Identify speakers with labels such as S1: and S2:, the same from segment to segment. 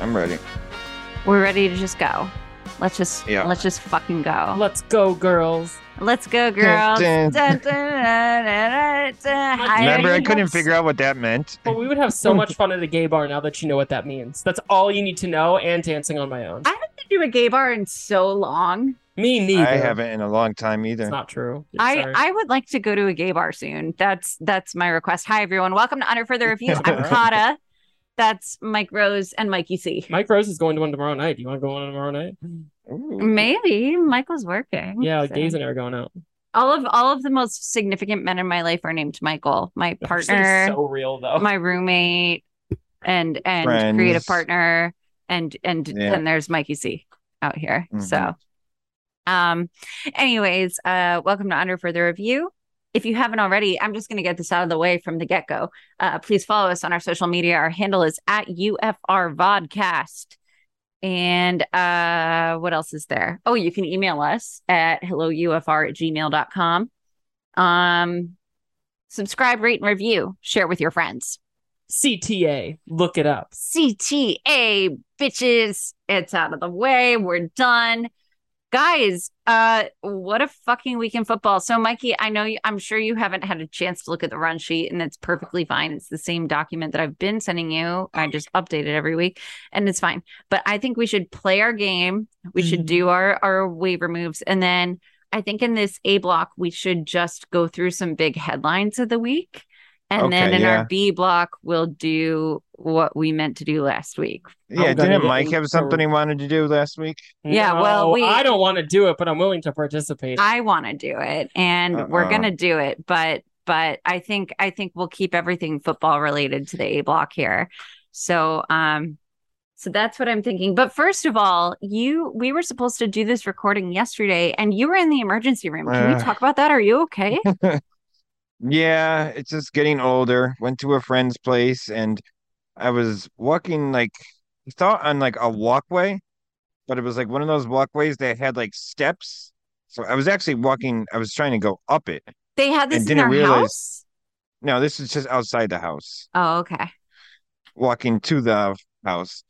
S1: I'm ready.
S2: We're ready to just go. Let's just
S1: Yeah.
S2: let's just fucking go.
S3: Let's go, girls.
S2: Let's go, girls.
S1: dun.
S2: Dun, dun, dun, dun, dun, dun.
S3: Like,
S2: Hi,
S3: Yeah,
S1: Remember,
S3: you
S1: I
S3: have
S1: couldn't
S3: s-
S1: figure out what that meant.
S3: But we would have so much fun at a gay bar now that you know what that means. That's all you need to know and dancing on my own.
S2: I haven't been to a gay bar in so long.
S3: Me neither.
S1: I haven't in a long time either.
S3: It's not true. You're
S2: I,
S3: sorry.
S2: I would like to go to a gay bar soon. That's that's my request. Hi everyone. Welcome to Under Further Review. I'm Kata. That's Mike Rose and Mikey C.
S3: Mike Rose is going to one tomorrow night. Do you want to go on tomorrow night?
S1: Ooh.
S2: Maybe Michael's working.
S3: Yeah,
S2: so.
S3: like gays and I are going out.
S2: all of all of the most significant men in my life are named Michael. My
S3: This is
S2: partner.
S3: So real though.
S2: my roommate and and creative
S1: Oh. Friends.
S2: partner and and
S1: Yeah.
S2: then there's Mikey C out here.
S1: Mhm.
S2: So um anyways, uh welcome to Under Further Review. If you haven't already, I'm just going to get this out of the way from the get go. Uh, please follow us on our social media. Our handle is at UFR Vodcast. And uh, what else is there? Oh, you can email us at helloufr at gmail.com. Um, subscribe, rate, and review. Share with your friends.
S3: CTA. Look it up.
S2: CTA, bitches. It's out of the way. We're done. Guys, uh, what a fucking week in football. So, Mikey, I know you, I'm sure you haven't had a chance to look at the run sheet, and it's perfectly fine. It's the same document that I've been sending you. I just update it every week, and it's fine. But I think we should play our game. We should
S3: Mhm.
S2: do our, our waiver moves. And then I think in this A block, we should just go through some big headlines of the week. And then
S1: Okay,
S2: in
S1: yeah.
S2: our B block, we'll do what we meant to do last week.
S1: Yeah,
S3: I'm gonna
S1: didn't
S3: get
S1: Mike
S3: in
S1: have
S3: for-
S1: something he wanted to do last week?
S2: Yeah, well,
S3: No,
S2: we-
S3: I don't want to do it, but I'm willing to participate.
S2: I want to do it and we're
S1: Uh-uh.
S2: going to do it, but but I think I think we'll keep everything football related to the A block here. So, um so that's what I'm thinking. But first of all, you we were supposed to do this recording yesterday and you were in the emergency room. Can
S1: Ugh.
S2: we talk about that? Are you okay?
S1: Yeah, it's just getting older. Went to a friend's place and I was walking like I thought on like a walkway, but it was like one of those walkways that had like steps. So I was actually walking, I was trying to go up it.
S2: They had
S1: I
S2: this in
S1: didn't
S2: their
S1: realize-
S2: house?
S1: No, this is just outside the house,
S2: Oh, okay.
S1: walking to the house.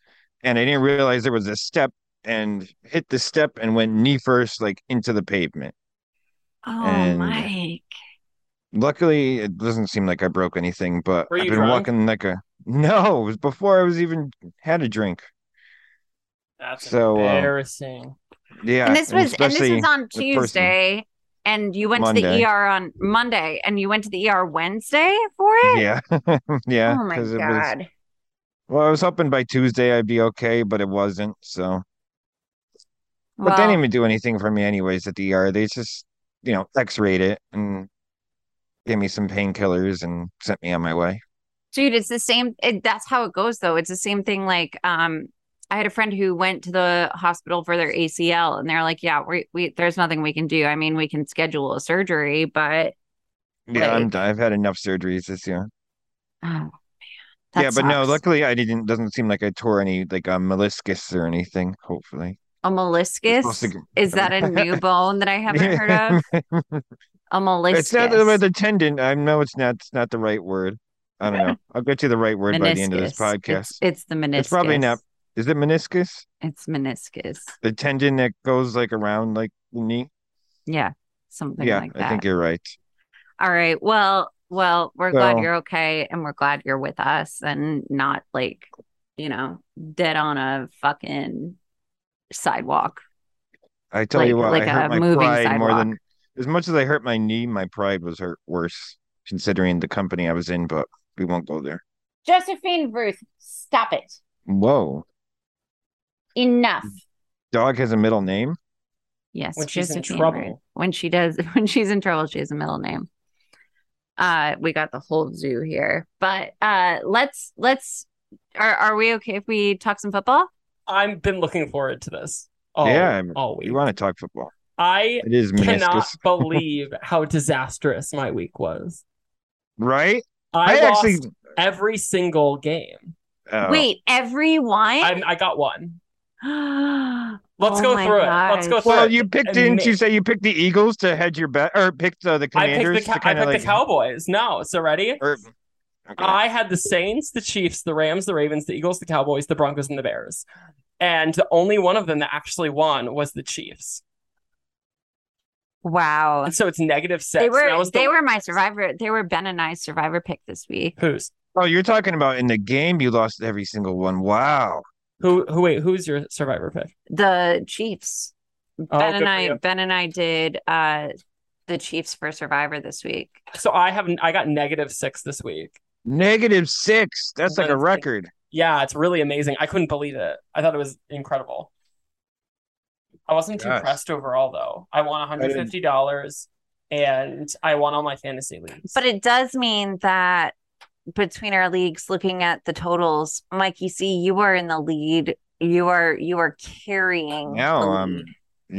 S1: And I didn't realize there was a step and hit the step and went knee first like into the pavement.
S2: Oh,
S1: And-
S2: Mike.
S1: Luckily, it doesn't seem like I broke anything, but
S3: Were
S1: I've
S3: you
S1: been
S3: drunk?
S1: walking like a no, it was before I was even had a drink.
S3: That's
S1: So, uh,
S3: embarrassing.
S1: Yeah,
S2: and this was and this
S1: especially
S2: was on
S1: person.
S2: Tuesday, and you went to
S1: Monday.
S2: the ER on Monday, and you went to the ER Wednesday for it.
S1: yeah, yeah.
S2: oh my
S1: 'cause it was-
S2: god!
S1: well, I was hoping by Tuesday I'd be okay, but it wasn't. So, but
S2: well,
S1: they didn't even do anything for me, anyways. At the ER, they just you know X-rayed it and gave me some painkillers and sent me on my way.
S2: dude, it's the same. It, that's how it goes, though. It's the same thing. Like, um, I had a friend who went to the hospital for their ACL, and they're like, "Yeah, we, we there's nothing we can do. I mean, we can schedule a surgery, but
S1: Yeah, I'm.
S2: Like-
S1: d- I've had enough surgeries this year.
S2: oh man, that
S1: Yeah, but no,
S2: sucks.
S1: luckily I didn't. Doesn't seem like I tore any like a meniscus or anything. Hopefully,
S2: a
S1: supposed to
S2: meniscus
S1: get-
S2: is that a new bone that I haven't heard of? A meniscus.
S1: It's not about the tendon. I know it's not. It's not the right word. I don't know. I'll get you the right word by the end of this
S2: Meniscus.
S1: podcast.
S2: It's, it's the meniscus.
S1: It's probably not- Is it meniscus?
S2: It's meniscus.
S1: The tendon that goes like around like the knee?
S2: Yeah, something
S1: yeah,
S2: like
S1: I
S2: that.
S1: think you're right.
S2: All right. Well, well, we're glad
S1: So-
S2: you're okay, and we're glad you're with us, and not like you know dead on a fucking sidewalk.
S1: I tell you
S2: Like-
S1: what,
S2: like
S1: I
S2: a
S1: hurt my
S2: moving
S1: pride more than
S2: sidewalk.
S1: as much as I hurt my knee, my pride was hurt worse considering the company I was in, but we won't go there.
S2: Josephine Ruth, stop it.
S1: Whoa.
S2: Enough.
S1: Dog has a middle name?
S2: Yes,
S3: When she's in
S2: Josephine
S3: trouble.
S2: Ruth. When she does, when she's in trouble, she has a middle name. Uh, we got the whole zoo here, but uh, let's let's. Are are we okay if we talk some football?
S3: I've been looking forward to this. All,
S1: Yeah, I'm-
S3: all week.
S1: You want to talk football.
S3: I
S1: It is
S3: cannot
S1: meniscus.
S3: believe how disastrous my week was.
S1: Right?
S3: I, lost
S1: actually
S3: every single game.
S1: oh,
S2: Wait, everyone.
S3: I, I got one. Let's
S2: Oh
S3: go
S2: my
S3: through it. Let's go
S2: gosh.
S3: through
S1: Well,
S3: it.
S1: you picked,
S3: And
S1: didn't you
S3: me-
S1: say you picked the Eagles to hedge your bet or picked uh, the
S3: I picked
S1: Commanders
S3: the,
S1: to
S3: Cow- I
S1: kind
S3: picked
S1: of like
S3: the Cowboys. No, so ready?
S1: or- Okay.
S3: I had the Saints, the Chiefs, the Rams, the Ravens, the Eagles, the Cowboys, the Broncos, and the Bears. And the only one of them that actually won was the Chiefs.
S2: Wow.
S3: And so it's negative six.
S2: They
S3: and I
S2: were
S3: was the-
S2: they were my survivor. They were Ben and I survivor pick this week.
S3: who's
S1: oh, you're talking about in the game you lost every single one. Wow.
S3: who who wait who's your survivor pick?
S2: The Chiefs.
S3: Oh,
S2: Ben
S3: good
S2: and
S3: for
S2: I
S3: you.
S2: Ben and I did uh the Chiefs for survivor this week.
S3: So I have I got negative six this week.
S1: Negative six. That's like a
S3: Wednesday.
S1: record.
S3: Yeah, it's really amazing. I couldn't believe it. I thought it was incredible. I wasn't too
S1: Gosh.
S3: pressed overall though. I won $150 and I won all my fantasy leagues.
S2: But it does mean that between our leagues looking at the totals, Mikey C, you are in the lead. You are you are carrying
S1: Now,
S2: the
S1: um,
S2: lead.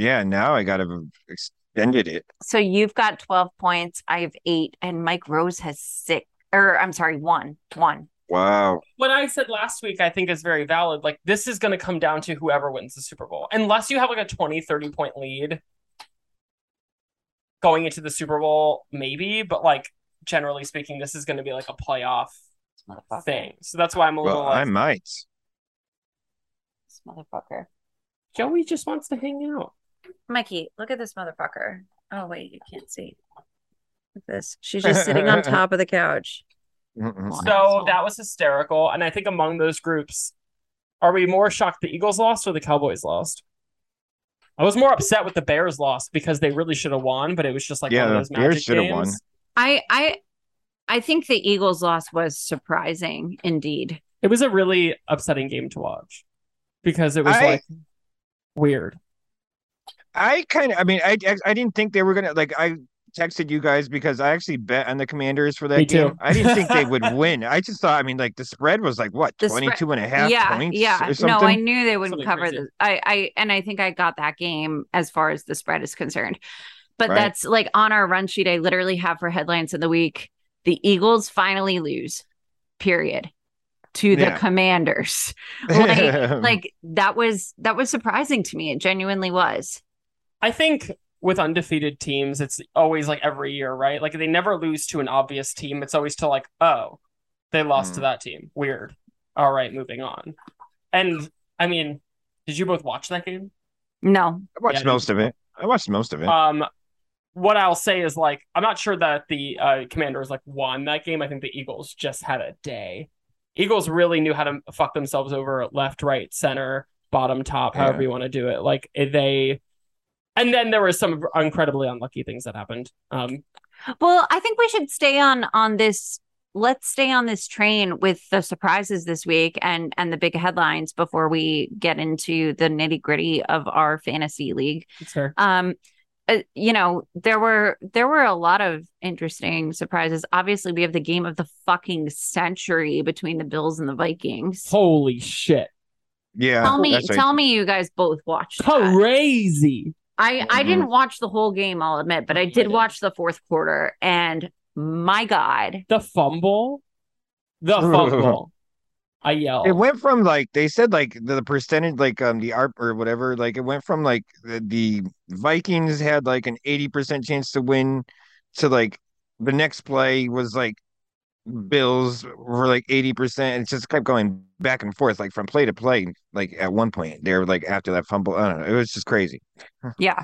S1: Yeah, now I gotta have extended it.
S2: So you've got 12 points. I have eight, and Mike Rose has six. Or I'm sorry, one. One.
S1: Wow.
S3: what I said last week, I think is very valid. Like, this is going to come down to whoever wins the Super Bowl. Unless you have like a 20, 30 point lead going into the Super Bowl, maybe. But like, generally speaking, this is going to be like a playoff
S2: This motherfucker.
S3: thing. So that's why I'm a
S1: Well,
S3: little like,
S1: I might.
S2: This motherfucker.
S3: Joey just wants to hang out.
S2: Mikey, look at this motherfucker. Oh wait, you can't see. Look at this. She's just sitting on top of the couch.
S1: Mm-mm.
S2: Wow.
S3: So that was hysterical. And I think among those groups, are we more shocked the Eagles lost or the Cowboys lost? I was more upset with the Bears lost because they really should have won, but it was just like
S1: Yeah,
S3: one
S1: the
S3: of those
S1: Bears
S3: magic
S1: should have won.
S3: games.
S2: I I I think the Eagles loss was surprising indeed.
S3: it was a really upsetting game to watch because it was
S1: I-
S3: like weird.
S1: I kind of, I mean, I I didn't think they were gonna like. I texted you guys because I actually bet on the Commanders for that
S3: Me too.
S1: game. I didn't think they would win. I just thought, I mean, like the spread was like what
S2: The spread-
S1: 22 and a half
S2: yeah,
S1: points
S2: yeah.
S1: or something.
S2: No, I knew they wouldn't
S3: Something
S2: cover
S3: crazy.
S2: the I I and I think I got that game as far as the spread is concerned. But
S1: Right.
S2: that's like on our run sheet I literally have for headlines of the week. The Eagles finally lose. Period. To the
S1: Yeah. Mm-hmm.
S2: Commanders. like- like that was that was surprising to me it genuinely was
S3: I think with undefeated teams, it's always like every year, right? Like they never lose to an obvious team. It's always to like, oh, they lost to
S1: Mm.
S3: that team. Weird. All right, moving on. And I mean, did you both watch that game?
S2: no
S1: I watched
S3: yeah,
S1: most of it. I watched most of it.
S2: Uh,
S3: Um, what I'll say is like, I'm not sure that the uh, Commanders like won that game. I think the Eagles just had a day. Eagles really knew how to fuck themselves over left, right, center, bottom, top, however
S1: Yeah.
S3: you want to do it. Like eh, they, and then there was some incredibly unlucky things that happened. Um,
S2: well i think we should stay on on this let's stay on this train with the surprises this week and and the big headlines before we get into the nitty gritty of our fantasy league
S3: it's fair.
S2: um uh, you know there were there were a lot of interesting surprises obviously we have the game of the fucking century between the bills and the vikings
S3: Holy shit!
S1: yeah.
S2: tell me
S1: that's right.
S2: tell me you guys both watched that.
S3: Crazy.
S2: I I
S1: Mhm.
S2: didn't watch the whole game, I'll admit, but I
S3: I
S2: did
S3: did.
S2: watch the fourth quarter, and my God,
S3: The fumble. The fumble. I yelled.
S1: It
S2: Oh.
S1: went from like they said like the, the percentage like um the ARP or whatever like it went from like the, the Vikings had like an 80% chance to win to like the next play was like Bills were like 80% and it just kept going back and forth like from play to play like at one point they were like after that fumble I don't know it was just crazy.
S2: yeah,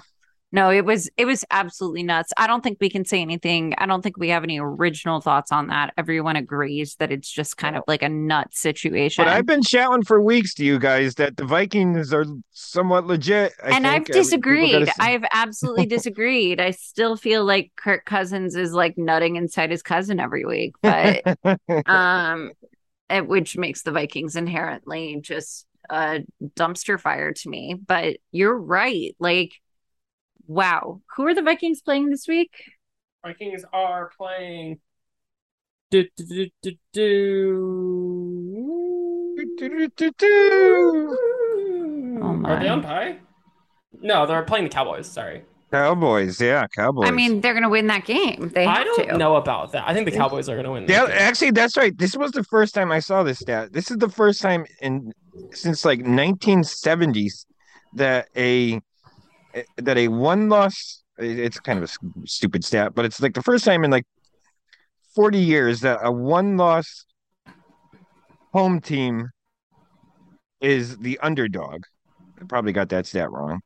S2: no, it was it was absolutely nuts. I don't think we can say anything. I don't think we have any original thoughts on that. Everyone agrees that it's just kind of like a nut situation.
S1: But I've been shouting for weeks to you guys that the Vikings are somewhat legit I
S2: and I've
S1: think. I mean, people gotta
S2: disagreed.
S1: see-
S2: I've absolutely disagreed. I still feel like Kirk Cousins is like nutting inside his cousin every week, but um, and- which makes the Vikings inherently just a dumpster fire to me. But you're right. Like, wow, who are the Vikings playing this week?
S3: Vikings are playing. Do, do, do, do, do.
S2: Oh
S3: Are they
S2: my!
S3: on pie? No, they're playing the Cowboys. Sorry,
S1: Cowboys, yeah, Cowboys.
S2: I mean, they're gonna win that game. They have
S3: I don't
S2: to.
S3: know about that. I think the Cowboys are going to win. that
S1: yeah,
S3: game.
S1: actually, that's right. This was the first time I saw this stat. This is the first time in since like 1970s that a eh, that a one loss. It's kind of a s- stupid stat, but it's like the first time in like 40 years that a one loss home team is the underdog. I probably got that stat wrong.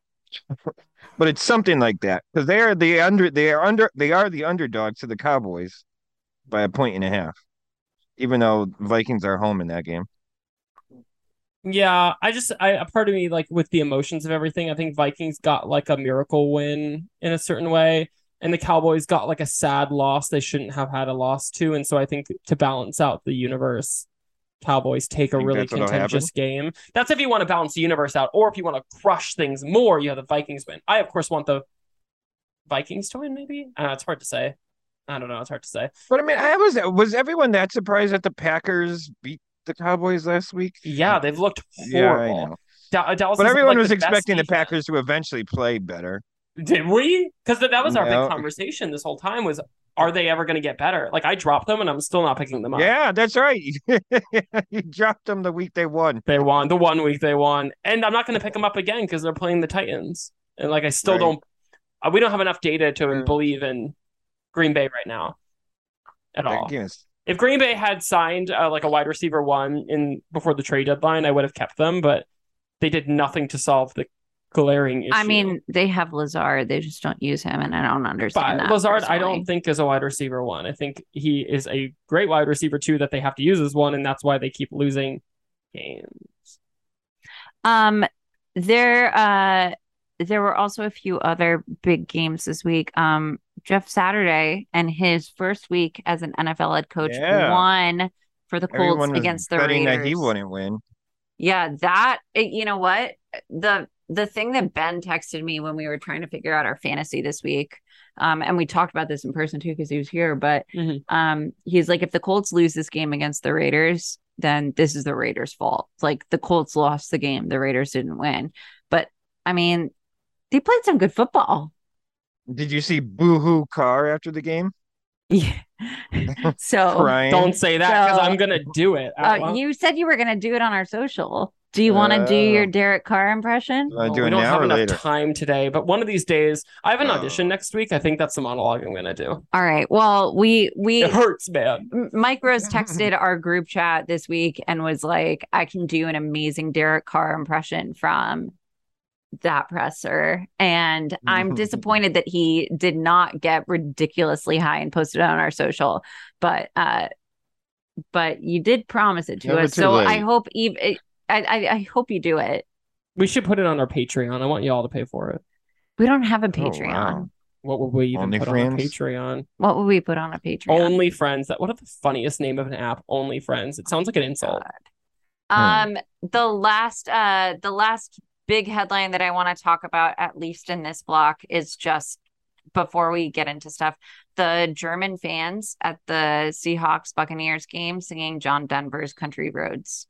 S1: but it's something like that because they are the under they are under they are the underdog to the Cowboys by a point and a half, even though Vikings are home in that game.
S3: Yeah, I just I a part of me like with the emotions of everything, I think Vikings got like a miracle win in a certain way. And the Cowboys got like a sad loss they shouldn't have had a loss to. And so I think to balance out the universe, Cowboys take a
S1: Think
S3: really
S1: that's what'll happen?
S3: contentious game. That's if you want to balance the universe out, or if you want to crush things more, you have the Vikings win. I of course want the Vikings to win, maybe? Uh, it's hard to say. I don't know, it's hard to say.
S1: But I mean, I was was everyone that surprised that the Packers beat the Cowboys last week?
S3: Yeah, they've looked
S1: Yeah, I
S3: horrible.
S1: know.
S3: Da- Dallas
S1: But
S3: is,
S1: everyone
S3: like,
S1: was
S3: the best
S1: expecting the
S3: defense.
S1: Packers to eventually play better.
S3: Did we? Because that was our
S1: No.
S3: big conversation this whole time was are they ever going to get better? Like I dropped them and I'm still not picking them up.
S1: Yeah, that's right. you dropped them the week they won.
S3: They won the one week they won, and I'm not going to pick them up again because they're playing the Titans. And like I still
S1: Right.
S3: don't, uh, we don't have enough data to
S1: Mm.
S3: believe in Green Bay right now at all.
S1: That game is-
S3: If Green Bay had signed uh, like a wide receiver one in before the trade deadline, I would have kept them, but they did nothing to solve the glaring issue.
S2: I mean, they have Lazard. They just don't use him, and I don't understand
S3: But
S2: that.
S3: Lazard, I
S2: personally.
S3: don't think is a wide receiver one. I think he is a great wide receiver two that they have to use as one, and that's why they keep losing games.
S2: Um, there, uh, there were also a few other big games this week. Um, Jeff Saturday and his first week as an NFL head coach
S1: Yeah.
S2: won for the Colts
S1: everyone was
S2: against the
S1: betting
S2: Raiders.
S1: that he wouldn't win.
S2: Yeah, that it- you know what the the thing that Ben texted me when we were trying to figure out our fantasy this week, um, and we talked about this in person too because he was here. But
S3: Mhm.
S2: um, he's like, if the Colts lose this game against the Raiders, then this is the Raiders' fault. It's Like the Colts lost the game, the Raiders didn't win. But I mean, they played some good football.
S1: Did you see Boo Hoo Carr after the game?
S2: Yeah. so
S1: Crying.
S3: Don't say that because
S2: So-
S3: I'm gonna do it. out
S2: uh,
S3: loud.
S2: you said you were going to do it on our social. Do you want to do your
S1: Oh.
S2: Derek Carr impression?
S1: Do I
S3: Oh,
S1: do
S3: we
S1: it
S3: don't
S1: now
S3: have
S1: or
S3: enough
S1: later?
S3: time today, but one of these days, I have an
S1: Oh.
S3: audition next week. I think that's the monologue I'm gonna do.
S2: All right. Well, we we
S3: It hurts, man.
S2: M- Mike Rose texted our group chat this week and was like, I can do an amazing Derek Carr impression from that presser. And I'm disappointed that he did not get ridiculously high and posted it on our social. But uh but you did promise it to
S1: Never
S2: us.
S1: too
S2: So I
S1: late.
S2: hope even I, I I hope you do it.
S3: We should put it on our Patreon. I want you all to pay for it.
S2: We don't have a
S1: Oh, wow.
S2: Patreon.
S3: What would we even
S1: Only
S3: put on our
S1: friends?
S3: Patreon?
S2: What would we put on a Patreon?
S3: Only Friends. That what a funniest name of an app. Only Friends. It sounds like an insult. Hmm.
S2: Um, the last uh the last big headline that I want to talk about, at least in this block, is just before we get into stuff, the German fans at the Seahawks Buccaneers game singing John Denver's Country Roads.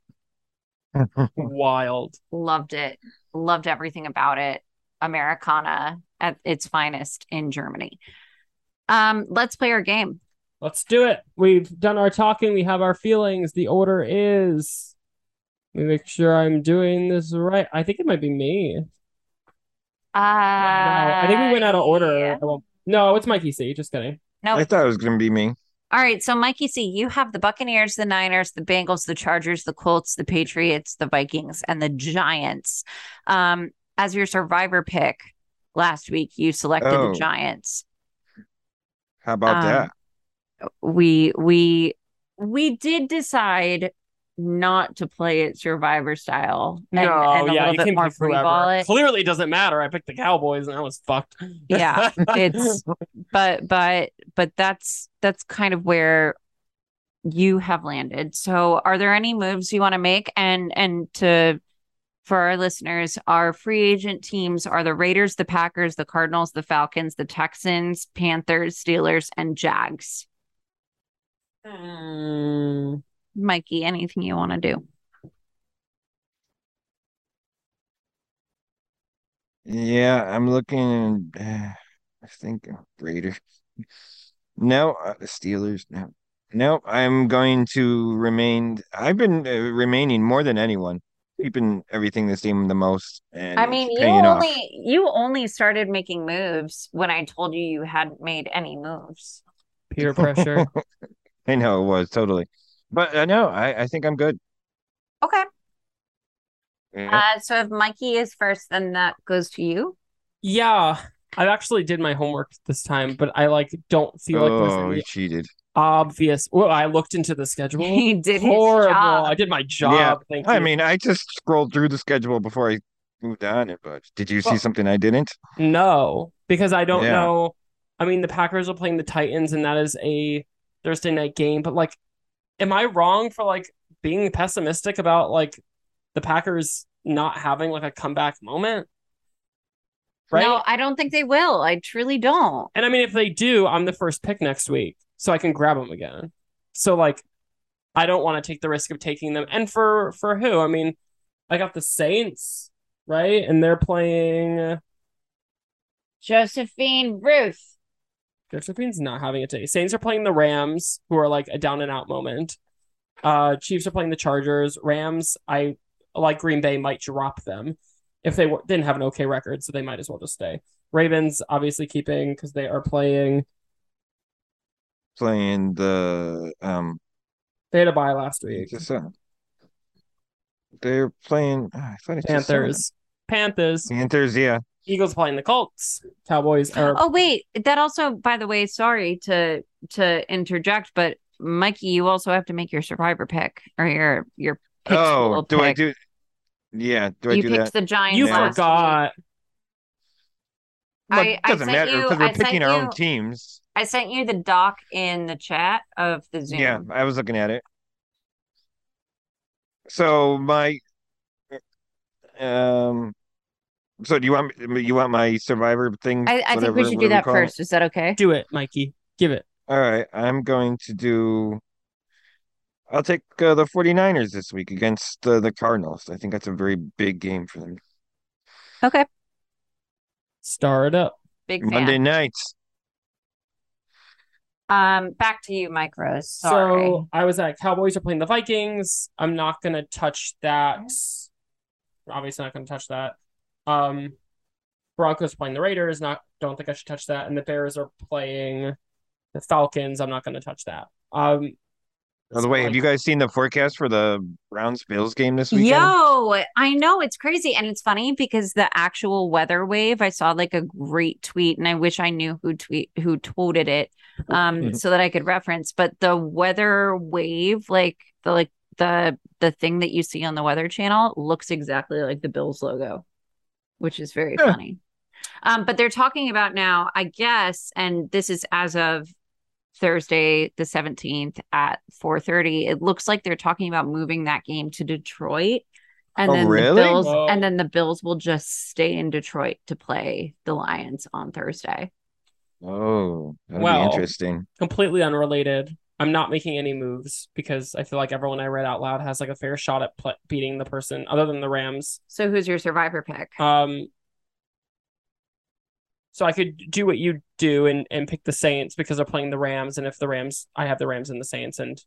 S3: Wild.
S2: Loved it. Loved everything about it. Americana at its finest in Germany. Um, let's play our game.
S3: Let's do it. We've done our talking. We have our feelings. The order is. Let me make sure I'm doing this right. I think it might be me.
S2: Uh,
S3: No, I think we went out of order.
S2: yeah.
S3: I won't- No, it's Mikey C. Just kidding.
S2: Nope.
S1: I thought it was going to be me.
S2: All right, so Mikey C, you have the Buccaneers, the Niners, the Bengals, the Chargers, the Colts, the Patriots, the Vikings, and the Giants. Um, as your survivor pick last week, you selected
S1: Oh.
S2: the Giants.
S1: How about
S2: Um,
S1: that?
S2: We we we did decide not to play it survivor style and, and a little bit more free ball it.
S3: Clearly, it doesn't matter. I picked the Cowboys, and I was fucked.
S2: Yeah, it's- but but but that's that's kind of where you have landed so are there any moves you want to make and and to for our listeners our free agent teams are the raiders the packers the cardinals the falcons the texans panthers steelers and jags
S3: Mm,
S2: mikey anything you want to do
S1: Yeah, I'm looking. uh, I think Raiders. No, uh, Steelers. No, no. I'm going to remain. I've been uh, remaining more than anyone, keeping everything the same the most, and
S2: i
S1: it's
S2: mean you
S1: paying off.
S2: only you only started making moves when i told you you hadn't made any moves
S3: peer pressure.
S1: I know it was totally, but uh, no, I I think I'm good.
S2: Okay.
S1: Yeah.
S2: Uh, so if Mikey is first, then that goes to you.
S3: Yeah, I actually did my homework this time, but I like don't feel like
S1: oh,
S3: there's
S1: he
S3: any
S1: cheated.
S3: Oh. obvious. Well, I looked into the schedule.
S2: He did his
S3: Horrible!
S2: job.
S3: I did my job.
S1: Yeah,
S3: Thank
S1: I
S3: you.
S1: mean, I just scrolled through the schedule before I moved on. it, But did you see
S3: Well-
S1: something I didn't?
S3: No, because I don't
S1: Yeah.
S3: know. I mean, the Packers are playing the Titans, and that is a Thursday night game. But like, am I wrong for like being pessimistic about like the Packers not having like a comeback moment? Right?
S2: No, I don't think they will. I truly don't.
S3: And I mean, if they do, I'm the first pick next week, so I can grab them again. So like, I don't want to take the risk of taking them. And for for who? I mean, I got the Saints, right? And they're playing.
S2: Josephine Ruth.
S3: Josephines not having it today. Saints are playing the Rams, who are like a down and out moment. Uh, Chiefs are playing the Chargers. Rams, I like Green Bay might drop them if they w- didn't have an okay record, so they might as well just stay. Ravens obviously keeping because they are playing.
S1: Playing the um,
S3: They had a bye last week.
S1: just, uh, they're playing. ah, I thought it just said it.
S3: Panthers, Panthers,
S1: Panthers, yeah.
S3: Eagles playing the Colts. Cowboys are
S2: Oh wait, that also, by the way, sorry to to interject, but Mikey, you also have to make your survivor pick or your your pick
S1: oh,
S2: school
S1: do I
S2: pick.
S1: do? Yeah, do I
S2: you
S1: do
S2: picked
S1: that?
S2: the Giants.
S3: you
S2: last week.
S3: forgot.
S2: I, I
S1: doesn't
S2: sent
S1: matter
S2: you.
S1: because we're
S2: I sent
S1: picking our
S2: you-
S1: own teams.
S2: I sent you the doc in the chat of the Zoom.
S1: Yeah, I was looking at it. So my, um, so do you want me- you want my survivor thing?
S2: I, I think we
S1: whatever-
S2: should
S1: what
S2: do that
S1: we call it?
S2: first. Is that okay?
S3: Do it, Mikey. Give it.
S1: All right, I'm going to do. I'll take uh, the 49ers this week against uh, the Cardinals. I think that's a very big game for them.
S2: Okay.
S3: Star it up.
S2: Big fan.
S1: Monday nights.
S2: Um, back to you, Mike Rose. Sorry.
S3: So I was at Cowboys are playing the Vikings. I'm not gonna touch that. Obviously not gonna touch that. Um Broncos playing the Raiders, not don't think I should touch that. And the Bears are playing the Falcons. I'm not gonna touch that. Um
S1: By the way, have you guys seen the forecast for the Browns Bills game this weekend?
S2: Yo, I know it's crazy. And it's funny because the actual weather wave, I saw like a great tweet and I wish I knew who tweet who tweeted it
S1: Mm-hmm.
S2: um so that I could reference. But the weather wave, like the like the the thing that you see on the weather channel looks exactly like the Bills logo, which is very
S1: Huh.
S2: funny. Um, but they're talking about now, I guess, and this is as of Thursday the 17th at 4:30. It looks like they're talking about moving that game to Detroit. And
S1: Oh,
S2: then the
S1: really?
S2: Bills
S3: Whoa.
S2: and then the Bills will just stay in Detroit to play the Lions on Thursday.
S1: Oh, that'll
S3: Well,
S1: be interesting.
S3: completely unrelated. I'm not making any moves because I feel like everyone I read out loud has like a fair shot at pl- beating the person other than the Rams.
S2: So who's your survivor pick?
S3: Um, so I could do what you do and and pick the Saints because they're playing the Rams, and if the Rams, I have the Rams and the Saints, and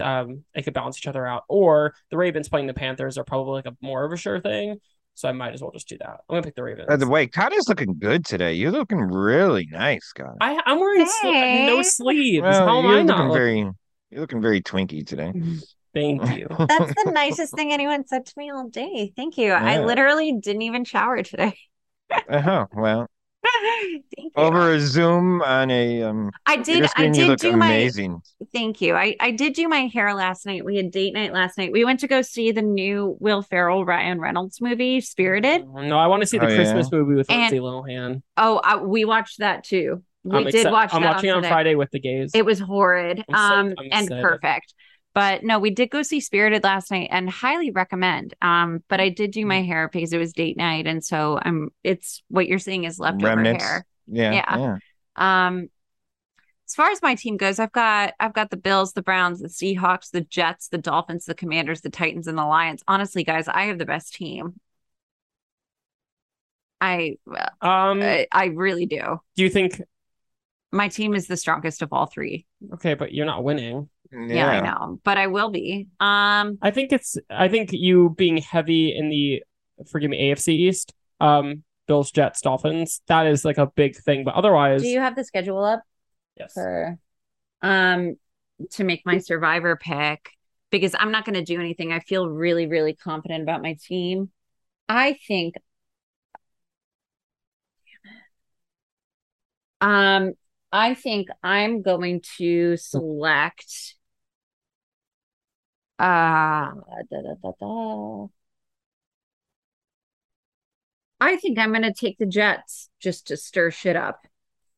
S3: um, they could balance each other out. Or the Ravens playing the Panthers are probably like a more of a sure thing, so I might as well just do that. I'm gonna pick the Ravens.
S1: By the way, Connor's looking good today. You're looking really nice, Connor.
S3: I, I'm wearing sli- no
S2: Thanks.
S3: sleeves.
S1: Well,
S3: How am
S1: you're
S3: I
S1: looking
S3: not?
S1: very you're looking very twinky today.
S3: Thank you.
S2: That's the nicest thing anyone said to me all day. Thank you. I
S1: Yeah.
S2: literally didn't even shower today.
S1: uh-huh. Well,
S2: Thank you.
S1: over a Zoom on a um
S2: I
S1: computer
S2: did I
S1: screen, you
S2: did
S1: look
S2: do my
S1: amazing.
S2: Thank you. I, I did do my hair last night. We had date night last night. We went to go see the new Will Ferrell Ryan Reynolds movie, Spirited.
S3: No, I want to see the
S1: Oh, yeah.
S3: Christmas movie with
S2: And-
S3: Lindsay Lohan.
S2: Oh, I, we watched that too. We
S3: I'm
S2: did
S3: exci-
S2: watch.
S3: I'm
S2: that
S3: watching on
S2: today.
S3: Friday with the gays.
S2: It was horrid,
S3: I'm so-
S2: um,
S3: I'm
S2: and
S3: excited.
S2: perfect. But no, we did go see Spirited last night, and highly recommend. Um, but I did do
S3: Mm.
S2: my hair because it was date night, and so I'm. It's what you're seeing is leftover
S1: Remnants.
S2: hair.
S1: Yeah, yeah.
S2: Yeah. Um, as far as my team goes, I've got I've got the Bills, the Browns, the Seahawks, the Jets, the Dolphins, the Commanders, the Titans, and the Lions. Honestly, guys, I have the best team. I
S3: um,
S2: I, I really do.
S3: do you think?
S2: My team is the strongest of all three.
S3: Okay, but you're not winning.
S2: Yeah, I know, but I will be. Um,
S3: I think it's I think you being heavy in the forgive me AFC East, um, Bills, Jets, Dolphins. That is like a big thing, but otherwise,
S2: do you have the schedule up
S3: yes.
S2: for? Um, to make my survivor pick because I'm not going to do anything. I feel really, really confident about my team. I think. Um, I think I'm going to select. Uh, da, da, da, da. I think I'm going to take the Jets just to stir shit up.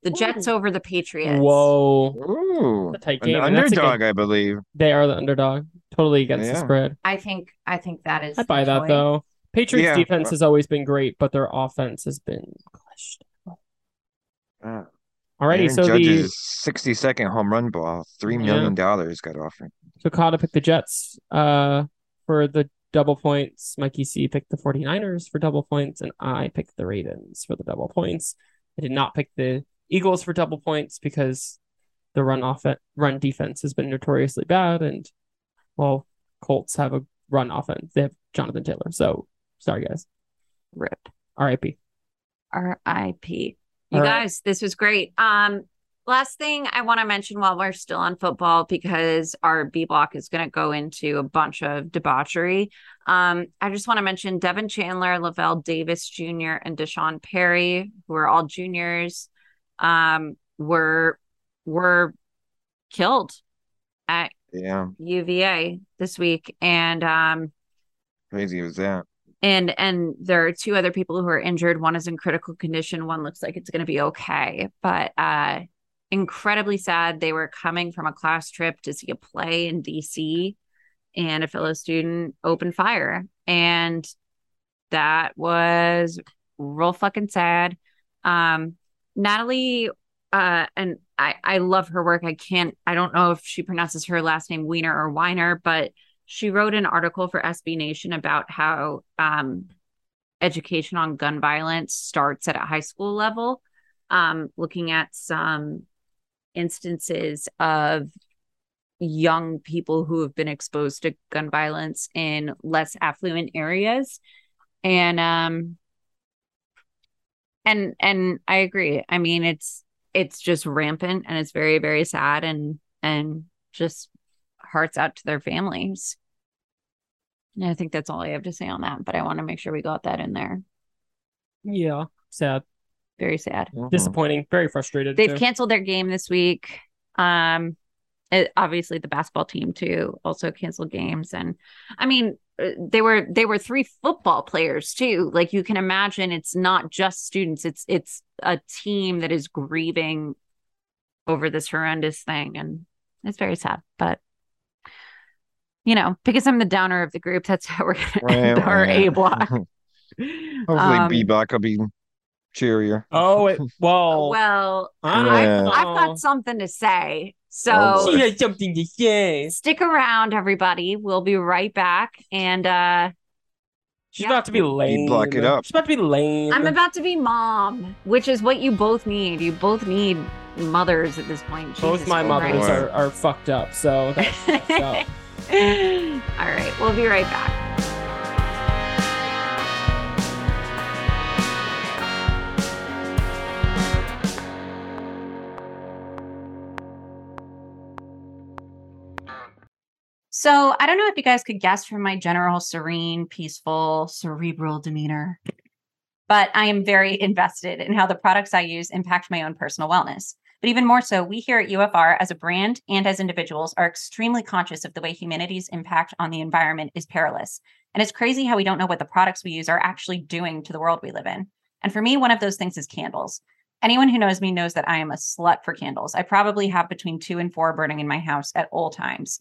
S2: The Jets over the Patriots.
S3: Whoa.
S1: Ooh,
S3: It's a tight
S1: an
S3: game. and that's against-
S1: underdog, I believe.
S3: they are the underdog. Totally against the
S1: Yeah.
S3: spread.
S2: I think I think that is.
S3: I buy
S2: the
S3: that
S2: choice.
S3: though. Patriots
S1: Yeah.
S3: defense has always been great, but their offense has been crushed.
S1: Uh,
S3: Alrighty,
S1: Aaron
S3: so
S1: Judge's
S3: the
S1: 60 second home run ball, three
S3: Yeah.
S1: million dollars got offered.
S3: so Kata picked the Jets uh for the double points. Mikey C picked the 49ers for double points, and I picked the Ravens for the double points. I did not pick the Eagles for double points because the run off run defense has been notoriously bad, and well, Colts have a run offense. They have Jonathan Taylor. So sorry guys.
S2: Rip.
S3: R.I.P.
S2: R.I.P. You
S3: All right.
S2: guys, this was great. Um, last thing I want to mention while we're still on football, because our B block is going to go into a bunch of debauchery. Um, I just want to mention Devin Chandler, Lavelle Davis Jr., and Deshaun Perry, who are all juniors, um, were were killed at
S1: Yeah,
S2: UVA this week, and um,
S1: crazy was that.
S2: and and there are two other people who are injured one is in critical condition one looks like it's going to be okay but uh incredibly sad they were coming from a class trip to see a play in dc and a fellow student opened fire and that was real fucking sad um natalie uh and i i love her work i can't i don't know if she pronounces her last name weiner or weiner but she wrote an article for SB Nation about how um, education on gun violence starts at a high school level, um, looking at some instances of young people who have been exposed to gun violence in less affluent areas. And um, and and I agree. I mean, it's it's just rampant and it's very very sad and and just hearts out to their families. And I think that's all I have to say on that, but I want to make sure we got that in there.
S3: Yeah. Sad.
S2: Very sad.
S1: Mhm.
S3: Disappointing. Very frustrated.
S2: They've
S3: too.
S2: canceled their game this week. Um it- obviously the basketball team too also canceled games and I mean uh, they were they were three football players too. Like you can imagine it's not just students. It's it's a team that is grieving over this horrendous thing and it's very sad, but you know, because I'm the downer of the group, that's how we're going to end
S1: Right,
S2: our
S1: right.
S2: A block.
S1: Hopefully,
S2: Um,
S1: B block will be cheerier.
S3: Oh, it, well,
S2: Well,
S1: I- Yeah.
S2: I've
S3: Oh.
S2: got something to say.
S1: Oh,
S2: So
S1: boy.
S3: had something to say.
S2: stick around, everybody. We'll be right back. And uh,
S3: She's
S2: Yeah.
S3: about to be lame.
S1: block it up.
S3: She's about to be lame.
S2: I'm about to be mom, which is what you both need. You both need mothers at this point.
S3: Both
S2: Jesus
S3: my
S2: Christ.
S3: mothers are, are fucked up, so that's fucked up.
S2: All right, we'll be right back. So, I don't know if you guys could guess from my general serene, peaceful, cerebral demeanor, but I am very invested in how the products I use impact my own personal wellness. But even more so, we here at UFR as a brand and as individuals are extremely conscious of the way humanity's impact on the environment is perilous. And it's crazy how we don't know what the products we use are actually doing to the world we live in. And for me, one of those things is candles. Anyone who knows me knows that I am a slut for candles. I probably have between two and four burning in my house at all times.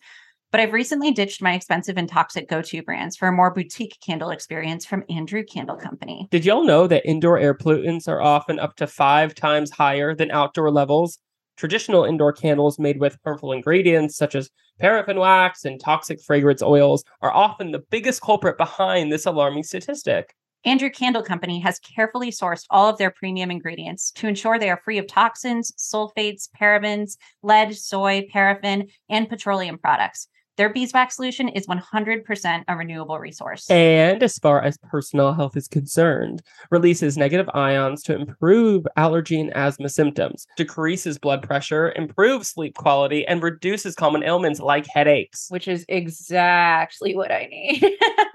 S2: But I've recently ditched my expensive and toxic go to brands for a more boutique candle experience from Andrew Candle Company.
S3: Did y'all know that indoor air pollutants are often up to five times higher than outdoor levels? Traditional indoor candles made with harmful ingredients such as paraffin wax and toxic fragrance oils are often the biggest culprit behind this alarming statistic.
S2: Andrew Candle Company has carefully sourced all of their premium ingredients to ensure they are free of toxins, sulfates, parabens, lead, soy, paraffin, and petroleum products.
S4: Their beeswax solution is 100% a renewable resource.
S5: And as far as personal health is concerned, releases negative ions to improve allergy and asthma symptoms, decreases blood pressure, improves sleep quality, and reduces common ailments like headaches.
S4: which is exactly what I need.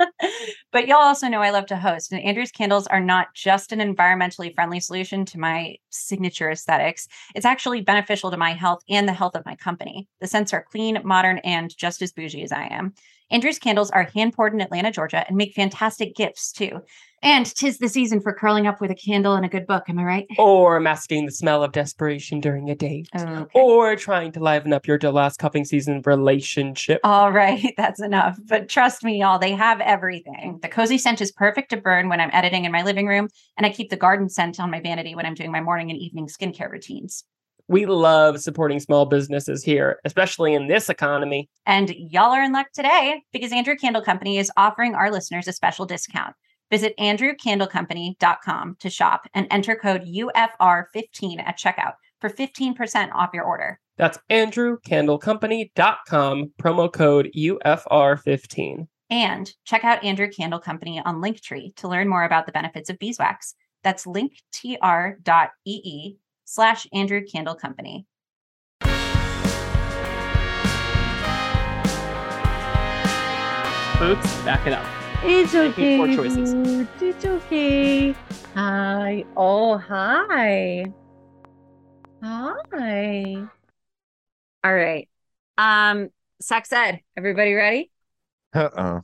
S4: but y'all also know I love to host, and Andrew's candles are not just an environmentally friendly solution to my signature aesthetics. It's actually beneficial to my health and the health of my company. The scents are clean, modern, and just as bougie as I am. Andrew's candles are hand poured in Atlanta, Georgia, and make fantastic gifts too. And 'tis the season for curling up with a candle and a good book. Am I right?
S5: Or masking the smell of desperation during a date.
S4: Okay.
S5: Or trying to liven up your last cuffing season relationship.
S4: All right, that's enough. But trust me, y'all, they have everything. The cozy scent is perfect to burn when I'm editing in my living room, and I keep the garden scent on my vanity when I'm doing my morning and evening skincare routines.
S5: We love supporting small businesses here, especially in this economy.
S4: And y'all are in luck today because Andrew Candle Company is offering our listeners a special discount. Visit andrewcandlecompany.com to shop and enter code UFR15 at checkout for 15% off your order.
S5: That's andrewcandlecompany.com, promo code UFR15.
S4: And check out Andrew Candle Company on Linktree to learn more about the benefits of beeswax. That's linktr.ee slash Andrew Candle Company.
S3: Boots, back it up.
S2: It's okay.
S3: Making poor choices.
S2: dude. It's okay. Hi. Oh, hi. Hi. All right. Um, sex ed. Everybody ready?
S1: Uh oh.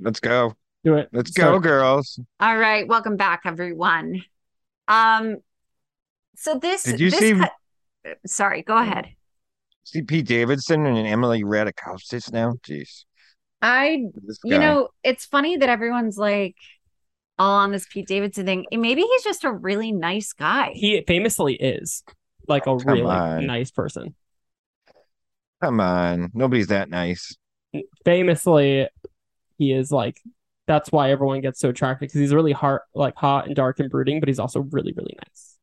S1: Let's go.
S5: Do it.
S1: Let's go, girls.
S2: All right. Welcome back, everyone. Um, so this
S1: Did you
S2: this
S1: see-
S2: cut- sorry, go ahead.
S1: See Pete Davidson and Emily Ratajkowski now. Jeez.
S2: I
S1: This
S2: You
S1: guy.
S2: know, it's funny that everyone's like all on this Pete Davidson thing. And Maybe he's just a really nice guy.
S3: He famously is like a
S1: Oh, Come
S3: really
S1: on.
S3: nice person.
S1: come on. Nobody's that nice.
S3: Famously, he is like that's why everyone gets so attracted because he's really hard, like hot and dark and brooding, but he's also really, really nice.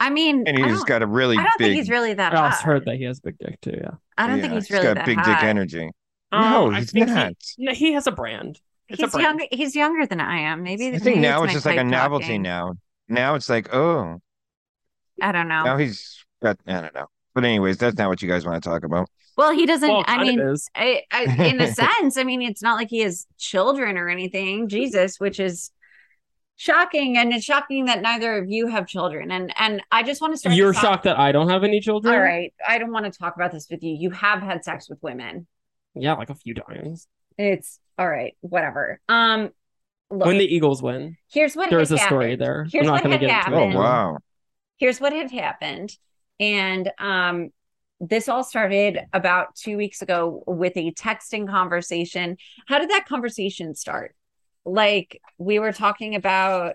S2: I mean,
S1: And
S2: I
S1: he's
S2: don't,
S1: got a really
S2: I don't
S1: big
S2: think he's really that.
S3: I also
S2: hot.
S3: heard that he has a big dick too. Yeah,
S2: I don't think
S1: yeah,
S2: he's really
S1: got
S2: that
S1: big
S2: hot.
S1: dick energy. No,
S3: Oh, Um, I
S1: he's
S3: think he-
S1: not.
S3: no, he has a brand. It's a
S2: He's
S3: brand.
S2: younger. He's younger than I am. Maybe
S1: I
S2: maybe
S1: think now it's
S2: my
S1: just like a
S2: type
S1: novelty
S2: talking.
S1: now. Now it's like, oh,
S2: I don't know.
S1: now he's got, I don't know. But, anyways, that's not what you guys want to talk about.
S2: Well, he doesn't.
S3: Well,
S2: I
S3: kind of
S2: mean,
S3: is.
S2: I, I, in a sense, I mean, it's not like he has children or anything, Jesus, which is shocking, and it's shocking that neither of you have children. And and I just want to start.
S3: You're
S2: this off-
S3: shocked that I don't have any children.
S2: All right, I don't want to talk about this with you. You have had sex with women.
S3: Yeah, like a few times.
S2: It's all right, whatever. Um, look,
S3: When the Eagles win,
S2: here's what
S3: there's
S2: had
S3: a story
S2: happened.
S3: there.
S2: Here's
S3: I'm
S2: what
S3: not going to
S2: had
S3: get into
S1: Oh,
S2: happened.
S3: it.
S1: wow.
S2: here's what had happened and um this all started about two weeks ago with a texting conversation how did that conversation start like we were talking about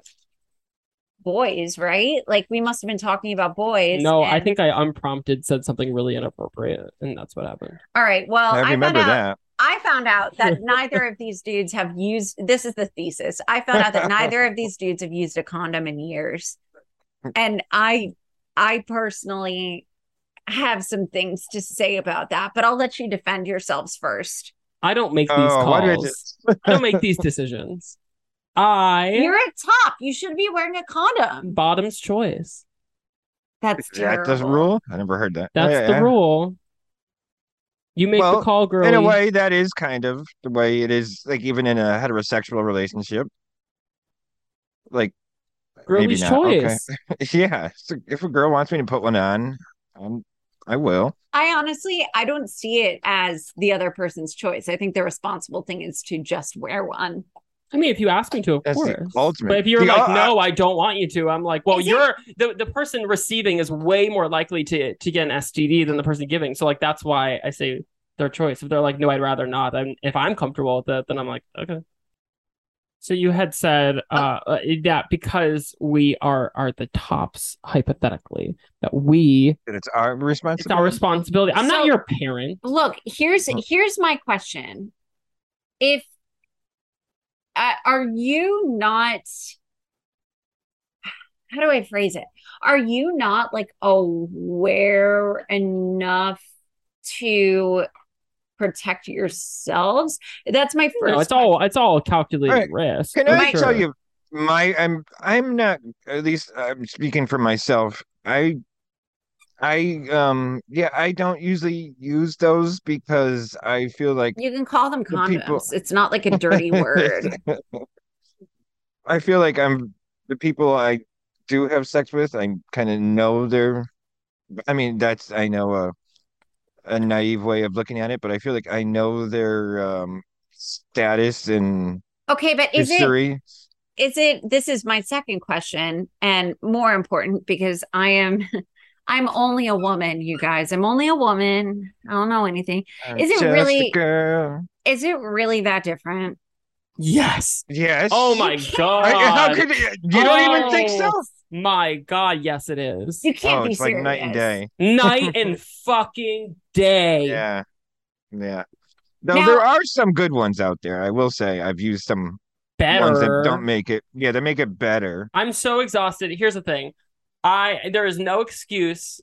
S2: boys right like we must have been talking about boys
S3: No, I
S2: and-
S3: think I unprompted said something really inappropriate, and that's what happened.
S2: all right well
S1: I
S2: i, found
S1: remember
S2: out
S1: that.
S2: i found out that neither of these dudes have used this is the thesis i found out that neither of these dudes have used a condom in years and i i personally have some things to say about that, but I'll let you defend yourselves first.
S3: I don't make these
S1: Oh, why
S3: calls.
S1: do I
S3: I,
S1: just-
S3: don't make these decisions. I
S2: You're at top. You should be wearing a condom.
S3: bottom's choice.
S2: That's
S1: Is that
S2: terrible.
S1: the rule? I never heard that.
S3: That's
S1: Yeah,
S3: the
S1: yeah.
S3: rule. You make
S1: Well,
S3: the call, girl.
S1: In a way, that is kind of the way it is, like even in a heterosexual relationship. Like,
S3: girlie's
S1: not. Okay.
S3: choice.
S1: yeah, so if a girl wants me to put one on, um, I will.
S2: I honestly, I don't see it as the other person's choice. I think the responsible thing is to just wear one.
S3: I mean, if you ask me to, of
S1: That's
S3: course.
S1: the ultimate.
S3: But if you're
S1: The-
S3: like,
S1: uh,
S3: no, I don't want you to, I'm like, well,
S2: Is it-
S3: you're the, the person receiving is way more likely to to get an STD than the person giving. So like that's why I say their choice. If they're like, no, I'd rather not. I'm, if I'm comfortable with it, then I'm like, okay. So you had said uh, uh, that because we are are the tops hypothetically that we
S1: that it's our
S3: it's our
S1: responsibility.
S3: responsibility. I'm
S2: So-
S3: not your parent.
S2: Look, here's
S3: Mm-hmm.
S1: Mm.
S2: here's my question. If uh, are you not how do I phrase it? Are you not like aware enough to protect yourselves. That's my first.
S3: No, it's all it's all calculated risk.
S1: Can
S3: for
S1: I
S3: sure.
S1: tell you my I'm I'm not at least I'm speaking for myself. I I um yeah, I don't usually use those because I feel like
S2: You can call them
S1: The
S2: condoms.
S1: people-
S2: It's not like a dirty word.
S1: I feel like I'm the people I do have sex with, I kind of know they're I mean, that's I know a a naive way of looking at it, but I feel like I know their um status and
S2: Okay, but is it
S1: history.
S2: is it this is my second question and more important because i am i'm only a woman you guys i'm only a woman i don't know anything
S1: I'm
S2: Is it
S1: just a
S2: really-
S1: girl.
S2: is it really that different
S3: Yes.
S1: Yes.
S3: Oh my god.
S1: I, how could you you don't even think so?
S3: Oh, My god, yes it is.
S2: you can't
S1: oh,
S2: be
S1: it's like
S2: serious
S1: night and day.
S3: Night and fucking day.
S1: Yeah. Yeah. Though
S2: Now-
S1: there are some good ones out there, I will say. I've used some ones that
S3: Better.
S1: don't make it. Yeah, they make it better.
S3: I'm so exhausted. Here's the thing. I there is no excuse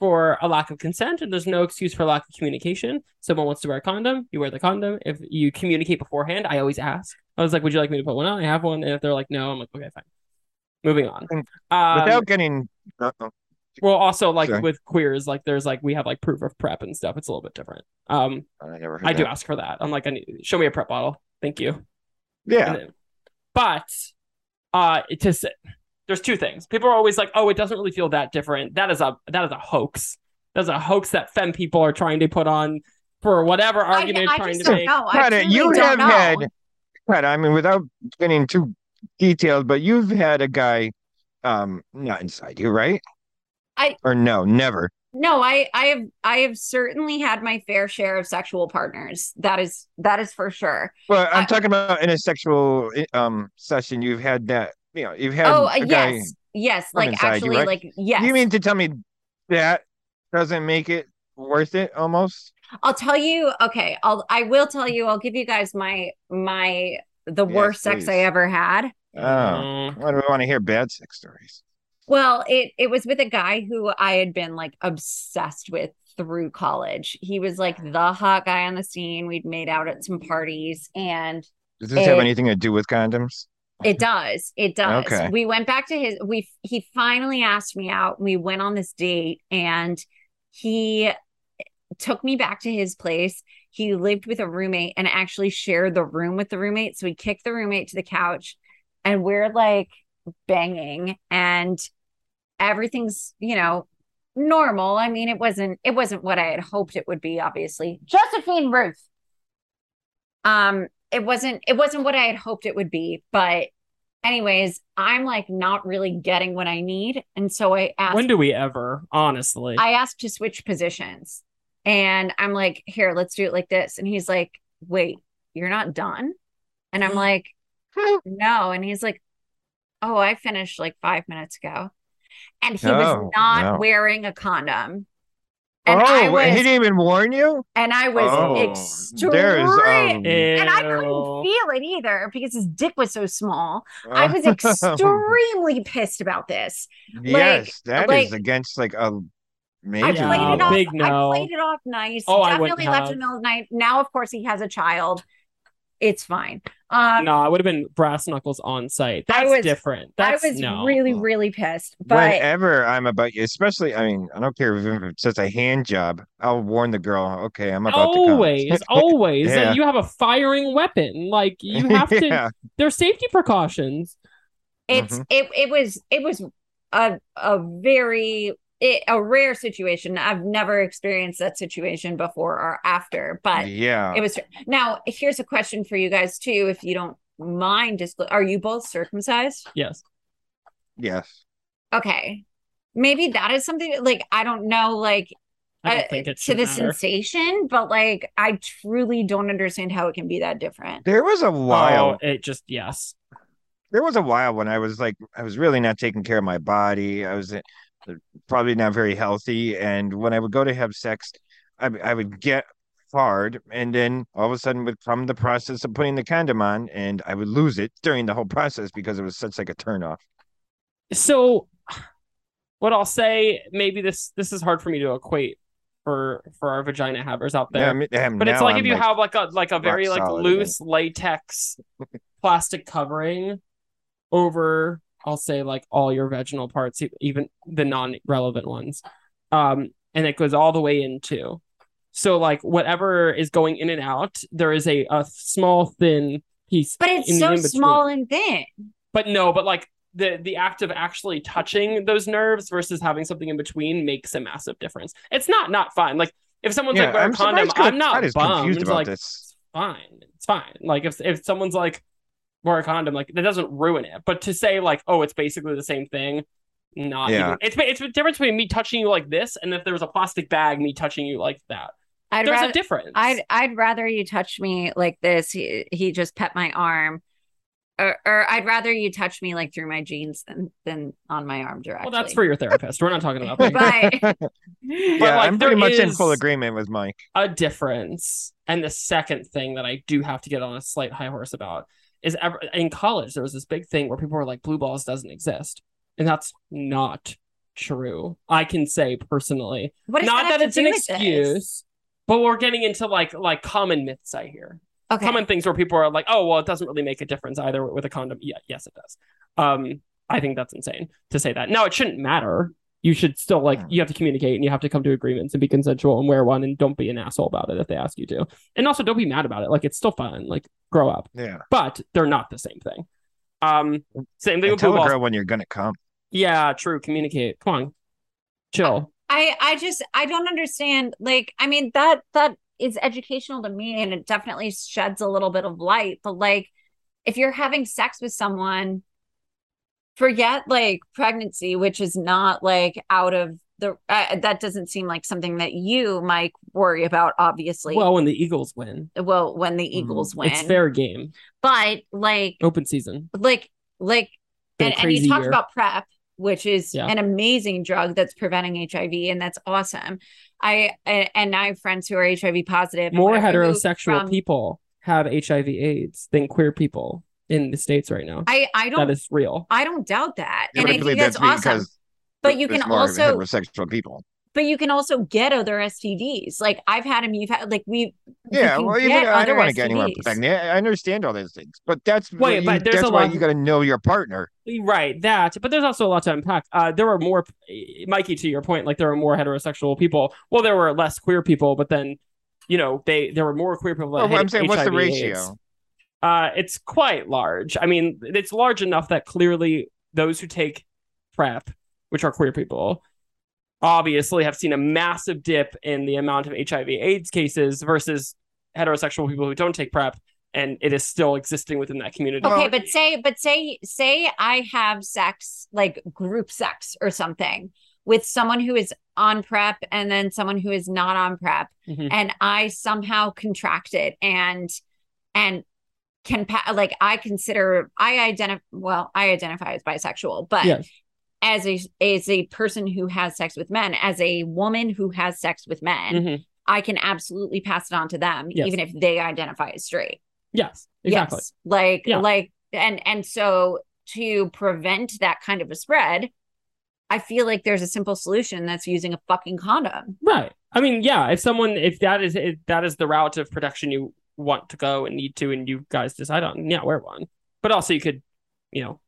S3: for a lack of consent and there's no excuse for lack of communication. Someone wants to wear a condom, you wear the condom. If you communicate beforehand, I always ask. I was like, would you like me to put one on? I have one. And if they're like, no, I'm like, okay, fine. Moving on.
S1: And
S3: Um,
S1: Without getting. Uh-oh.
S3: well, also like
S1: Sorry.
S3: with queers, like there's like we have like proof of prep and stuff. It's a little bit different. Um,
S1: I never heard
S3: I do
S1: that.
S3: ask for that. I'm like, I need, show me a prep bottle. Thank you.
S1: Yeah.
S3: And then- but uh it just there's two things. People are always like, oh, it doesn't really feel that different. That is a that is a hoax. That's a hoax that femme people are trying to put on for whatever argument
S2: I, I
S3: trying
S2: just
S3: to
S2: don't
S3: make.
S2: know I
S1: Credit,
S2: truly
S1: you have
S2: don't know.
S1: had. Credit, I mean, without getting too detailed, but you've had a guy um not inside you, right?
S2: I-
S1: Or no, never.
S2: no i i have i have certainly had my fair share of sexual partners that is that is for sure
S1: But I'm
S2: I-
S1: talking about in a sexual i- um session. You've had that, you know, you've had.
S2: oh uh,
S1: a guy-
S2: yes yes
S1: from
S2: like
S1: inside you,
S2: actually
S1: right?
S2: like yes
S1: You mean to tell me that doesn't make it worth it? Almost.
S2: I'll tell you. Okay, I'll I will tell you. I'll give you guys my my the
S1: Yes,
S2: worst sex I
S1: please.
S2: ever had. Mm-hmm.
S1: Oh,
S3: Mm-hmm.
S1: why do we want to hear bad sex stories?
S2: Well, it it was with a guy who I had been like obsessed with through college. He was like the hot guy on the scene. We'd made out at some parties and
S1: Does this have
S2: Eh.
S1: anything to do with condoms?
S2: it does. It does.
S1: Okay.
S2: We went back to his we he finally asked me out. We went on this date and he took me back to his place. He lived with a roommate and actually shared the room with the roommate. So we kicked the roommate to the couch and we're like banging and everything's, you know, normal. I mean, it wasn't it wasn't what I had hoped it would be, obviously. Josephine Ruth. Um, it wasn't it wasn't what I had hoped it would be, but anyways, I'm like not really getting what I need. And so I asked
S3: When do we ever, honestly?
S2: I asked to switch positions. And I'm like, here, let's do it like this. And he's like, wait, you're not done? And I'm like, no. And he's like, oh, I finished like five minutes ago. And he was
S1: Oh,
S2: not
S1: no.
S2: wearing a condom. And I
S1: oh, wait, he
S2: was
S1: didn't even warn you.
S2: and I was
S1: Oh,
S2: extreme.
S1: there's, um,
S2: and I couldn't
S3: Ew.
S2: feel it either because his dick was so small.
S1: um,
S2: I was extremely pissed about this.
S1: yes, that is
S2: like-
S1: against like a
S2: I
S1: major.
S2: played
S3: Yeah.
S2: it off.
S3: Big no.
S2: I played it off nice.
S3: Oh, I wouldn't
S2: Definitely left in
S3: have.
S2: the middle of the night. Now, of course, he has a child. It's fine. Um,
S3: No, I would have been brass knuckles on site.
S2: I
S3: That's
S2: was-
S3: different.
S2: I
S3: That's
S2: was
S3: no.
S2: really, really pissed. But
S1: Whenever I'm about you, especially, I mean, I don't care if it's just a hand job. I'll warn the girl. Okay, I'm about to come.
S3: always, always.
S1: Yeah.
S3: And you have a firing weapon. Like you have to
S1: Yeah.
S3: there's safety precautions.
S2: it's
S3: Mm-hmm.
S1: Mhm.
S2: it it was it was a a very it, a rare situation. I've never experienced that situation before or after, but
S1: yeah.
S2: it was now here's a question for you guys too, if you don't mind disclo- are you both circumcised?
S3: Yes.
S1: yes.
S2: Okay. Maybe that is something that, like I don't know, like
S3: I don't
S2: uh,
S3: think it
S2: to
S3: should
S2: the
S3: matter.
S2: sensation, but like I truly don't understand how it can be that different.
S1: There was a while.
S3: Oh, it just yes.
S1: there was a while when I was like, I was really not taking care of my body. I was uh, probably not very healthy, and when I would go to have sex, I I would get hard, and then all of a sudden would come the process of putting the condom on, and I would lose it during the whole process because it was such like a turnoff.
S3: So what I'll say, maybe this this is hard for me to equate for for our vagina havers out
S1: Yeah, I
S3: there.
S1: mean, damn,
S3: but it's
S1: now
S3: like
S1: I'm
S3: if you have like a like a very
S1: rock
S3: like
S1: solid again.
S3: loose latex plastic covering over I'll say like all your vaginal parts, e- even the non-relevant ones. Um and it goes all the way into. So like whatever is going in and out, there is a a small thin piece
S2: But it's
S3: in the
S2: so
S3: in-between.
S2: small and thin.
S3: but no but like the the act of actually touching those nerves versus having something in between makes a massive difference it's not not fine like if someone's
S1: yeah,
S3: like wear a
S1: I'm
S3: condom
S1: surprised
S3: i'm
S1: Scott
S3: not
S1: is
S3: bummed
S1: confused about
S3: like
S1: this.
S3: it's fine it's fine like if if someone's like wear a condom like that doesn't ruin it but to say like oh it's basically the same thing not
S1: Yeah.
S3: even, it's it's the difference between me touching you like this and if there was a plastic bag me touching you like that
S2: I'd
S3: there's
S2: rather
S3: a difference
S2: I'd I'd rather you touch me like this. He he just pet my arm. Or, or I'd rather you touch me like through my jeans than, than on my arm directly.
S3: well that's for your therapist we're not talking about that
S2: But
S1: yeah,
S3: like,
S1: I'm pretty
S3: there
S1: much in full
S3: is-
S1: agreement with Mike.
S3: a difference. And the second thing that I do have to get on a slight high horse about is ever in college there was this big thing where people were like blue balls doesn't exist. And that's not true. I can say personally.
S2: what does
S3: not
S2: have
S3: that,
S2: to
S3: it's
S2: do
S3: an
S2: with this?
S3: excuse, but we're getting into like like common myths I hear.
S2: Okay.
S3: Common things where people are like, "Oh, well, it doesn't really make a difference either with a condom." Yeah, yes it does. Um I think that's insane to say that. Now it shouldn't matter. You should still like
S1: Yeah.
S3: you have to communicate and you have to come to agreements and be consensual and wear one and don't be an asshole about it if they ask you to. And also don't be mad about it. Like it's still fun. Like grow up.
S1: Yeah,
S3: But they're not the same thing. Um same
S1: and
S3: thing with
S1: tell
S3: blue
S1: a
S3: balls.
S1: girl when you're gonna come.
S3: Yeah, true. Communicate. Come on. Chill.
S2: I I just I don't understand. Like I mean that that is educational to me, and it definitely sheds a little bit of light. But like, if you're having sex with someone, forget like pregnancy, which is not like out of the uh, that doesn't seem like something that you Mike worry about. Obviously, well,
S3: well, when the Eagles win.
S2: when the Eagles
S3: Mhm.
S2: win,
S3: It's fair game.
S2: but like
S3: Open season.
S2: like like
S3: Been a
S2: and, and you
S3: crazy
S2: talked
S3: year.
S2: about prep which is
S3: Yeah.
S2: an amazing drug that's preventing hiv and that's awesome i and, and i have friends who are hiv positive and
S3: More
S2: when I moved
S3: heterosexual
S2: from-
S3: people have HIV AIDS than queer people in the states right now.
S2: i i
S3: That
S2: don't
S3: is real.
S2: i don't doubt that
S1: Yeah,
S2: and
S1: but
S2: i think that's awesome but you
S1: there's
S2: can
S1: more
S2: also
S1: heterosexual people.
S2: but you can also get other stds like i've had them you've had like we you
S1: Yeah,
S2: can
S1: well, even,
S2: get
S1: I
S2: other
S1: don't want to get anyone
S2: STDs.
S1: pregnant. I understand all those things, but that's what
S3: Wait,
S1: you-
S3: but there's
S1: that's
S3: a
S1: why
S3: lot-
S1: you got to know your partner.
S3: Right, that. But there's also a lot to unpack. Uh, there were more, Mikey, to your point, like there were more heterosexual people. Well, there were less queer people, but then, you know, they there were more queer people.
S1: Oh,
S3: That had
S1: I'm saying, what's the
S3: HIV
S1: ratio?
S3: AIDS. Uh, it's quite large. I mean, it's large enough that clearly those who take PrEP, which are queer people, obviously have seen a massive dip in the amount of HIV AIDS cases versus heterosexual people who don't take PrEP. And it is still existing within that community.
S2: okay
S1: Well-
S2: but say but say say i have sex like group sex or something with someone who is on prep and then someone who is not on prep
S3: Mhm.
S2: and i somehow contract it and and can pa- like i consider i identify well i identify as bisexual but
S3: Yeah.
S2: as a as a person who has sex with men as a woman who has sex with men
S3: Mhm.
S2: i can absolutely pass it on to them
S3: Yes.
S2: even if they identify as straight
S3: Yes, exactly.
S2: Yes. Like
S3: Yeah.
S2: like and and so to prevent that kind of a spread, I feel like there's a simple solution that's using a fucking condom.
S3: Right. I mean, yeah. If someone, if that is if that is the route of protection you want to go and need to, and you guys decide on, yeah, wear one. But also, you could, you know,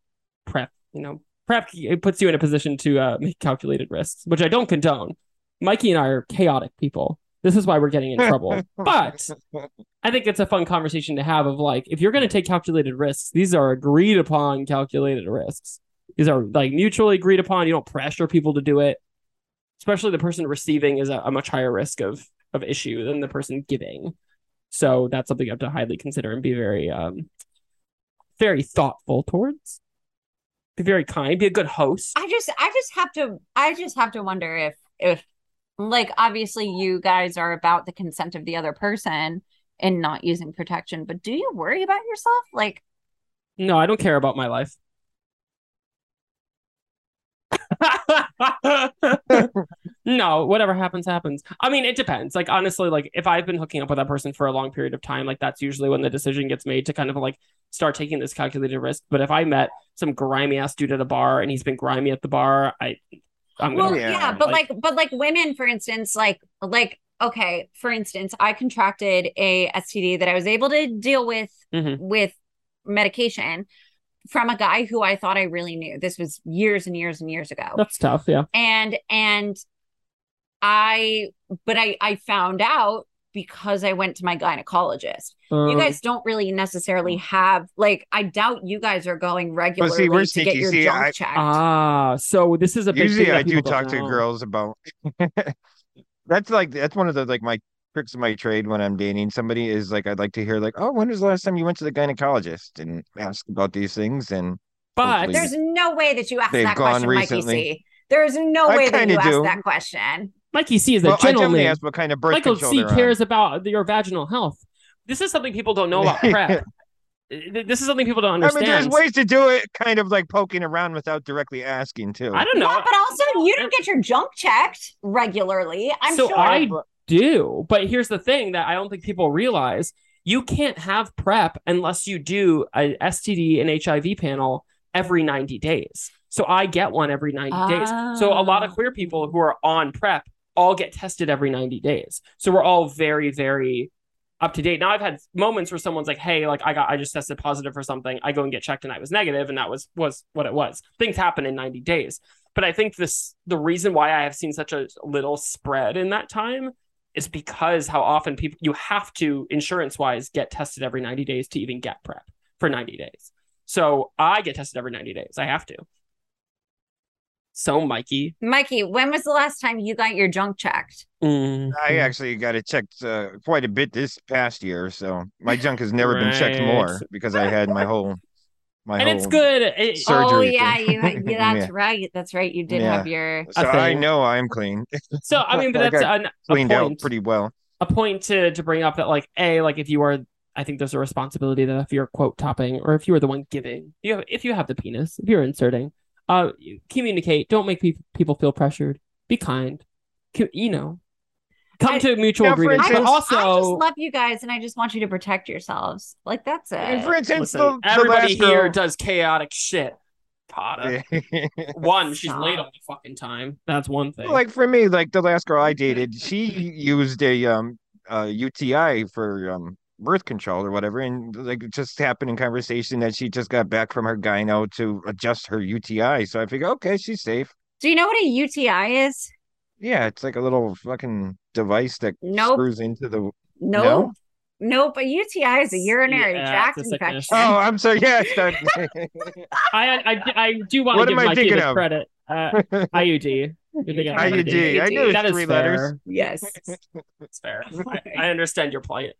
S3: prep. You know, prep it puts you in a position to uh, make calculated risks, which I don't condone. Mikey and I are chaotic people. This is why we're getting in trouble. but I think it's a fun conversation to have of like, if you're going to take calculated risks, these are agreed upon calculated risks. These are like mutually agreed upon. You don't pressure people to do it. Especially the person receiving is at a much higher risk of of issue than the person giving. So that's something you have to highly consider and be very um very thoughtful towards. Be very kind, be a good host.
S2: I just I just have to I just have to wonder if if like obviously you guys are about the consent of the other person and not using protection, but do you worry about yourself? Like
S3: No, I don't care about my life. no, whatever happens, happens. I mean, it depends. Like, honestly, like if I've been hooking up with that person for a long period of time, like that's usually when the decision gets made to kind of like start taking this calculated risk. But if I met some grimy ass dude at a bar and he's been grimy at the bar, I
S6: I'm gonna
S2: Well,
S1: Yeah.
S2: yeah. but
S6: Like-
S2: like, but like women, for instance, like, like, okay, for instance, I contracted a STD that I was able to deal with
S1: Mm-hmm.
S3: Mhm.
S2: with medication from a guy who I thought I really knew. This was years and years and years ago,
S3: That's tough. Yeah.
S2: and and I, but I, I found out because I went to my gynecologist.
S3: Um,
S1: Mm.
S2: you guys don't really necessarily have like I doubt you guys are going regularly
S1: see, we're
S2: to get
S1: sneaky.
S2: your
S1: See,
S2: junk
S1: I-
S2: checked.
S3: Ah, so this is a big
S1: Usually,
S3: thing that
S1: I do
S3: people don't
S1: talk to
S3: know.
S1: girls about. that's like that's one of the like my tricks of my trade when I'm dating somebody is like I'd like to hear like, oh, when was the last time you went to the gynecologist and ask about these things and
S3: But
S1: Hopefully.
S2: There's no way that you asked
S1: They've
S2: that
S1: gone
S2: question,
S1: recently.
S2: Mikey C. There's no
S1: I
S2: way that
S1: kinda
S2: you
S1: do.
S2: asked that question.
S3: Mikey C is a
S1: well, I
S3: gentleman.
S1: generally ask what kind of birth
S3: Michael
S1: control
S3: C
S1: they're on.
S3: cares about your vaginal health.
S6: This is something people don't know about prep. Th- this is something people don't
S1: I mean,
S6: understand.
S1: there's ways to do it, kind of like poking around without directly asking too.
S6: I don't know.
S2: Yeah, but also you don't get your junk checked regularly. I'm
S3: So
S2: sure.
S3: I- do. But here's the thing that I don't think people realize you can't have PrEP unless you do a STD and HIV panel every 90 days. So I get one every 90 days. So a lot of
S2: Ah.
S3: queer people who are on PrEP all get tested every 90 days. So we're all very, very up to date. Now I've had moments where someone's like, hey, like I got I just tested positive for something. I go and get checked and I was negative, and that was was what it was. Things happen in 90 days. But I think this the reason why I have seen such a little spread in that time is because how often people you have to insurance wise get tested every 90 days to even get prep for 90 days. So I get tested every 90 days. I have to. So Mikey.
S2: Mikey, when was the last time you got your junk checked?
S3: Hmm.
S1: I actually got it checked uh, quite a bit this past year, so my junk has never been checked
S3: Right.
S1: more because I had my whole my
S3: and
S1: whole.
S3: it's good. It-
S1: Sur- Surgery
S2: oh yeah,
S1: thing.
S2: you yeah, that's
S1: Yeah.
S2: right. That's right. You did
S1: Yeah.
S2: have your
S1: So I
S3: thing.
S1: know I'm clean,
S3: so I mean,
S1: I
S3: but that's an, a
S1: cleaned out
S3: point.
S1: pretty well.
S3: a point to to bring up that like a like if you are I think there's a responsibility that if you're quote topping or if you are the one giving you have, if you have the penis if you're inserting uh you communicate don't make pe- people feel pressured be kind Co- you know come
S2: I-
S3: to a mutual
S1: Now, for
S3: agreement but
S1: instance-
S3: also
S2: I just love you guys and I just want you to protect yourselves. Like that's
S1: And
S2: it.
S1: for instance,
S3: listen,
S1: the, the
S3: everybody
S1: last
S3: here
S1: girl,
S3: does chaotic shit Tada. one she's late all the fucking time that's one thing
S1: like for me, like the last girl I dated, she used a um uh UTI for um birth control or whatever, and like it just happened in conversation that she just got back from her gyno to adjust her UTI. So I figure, okay, she's safe.
S2: Do you know what a UTI is?
S1: Yeah, it's like a little fucking device that
S2: Nope.
S1: screws into the.
S2: Nope.
S1: No?
S2: Nope. A UTI is a urinary
S3: Yeah,
S2: tract
S3: it's a sickness.
S2: infection.
S1: Oh, I'm sorry. Yeah, it's not-
S3: I I, I do want to
S1: What
S3: give
S1: am I
S3: my
S1: thinking
S3: kid
S1: of?
S3: credit uh, IUD You're thinking of
S1: IUD. I knew it was
S3: that is
S1: three
S3: fair.
S1: letters.
S2: Yes.
S3: It's fair. I, I understand your plight.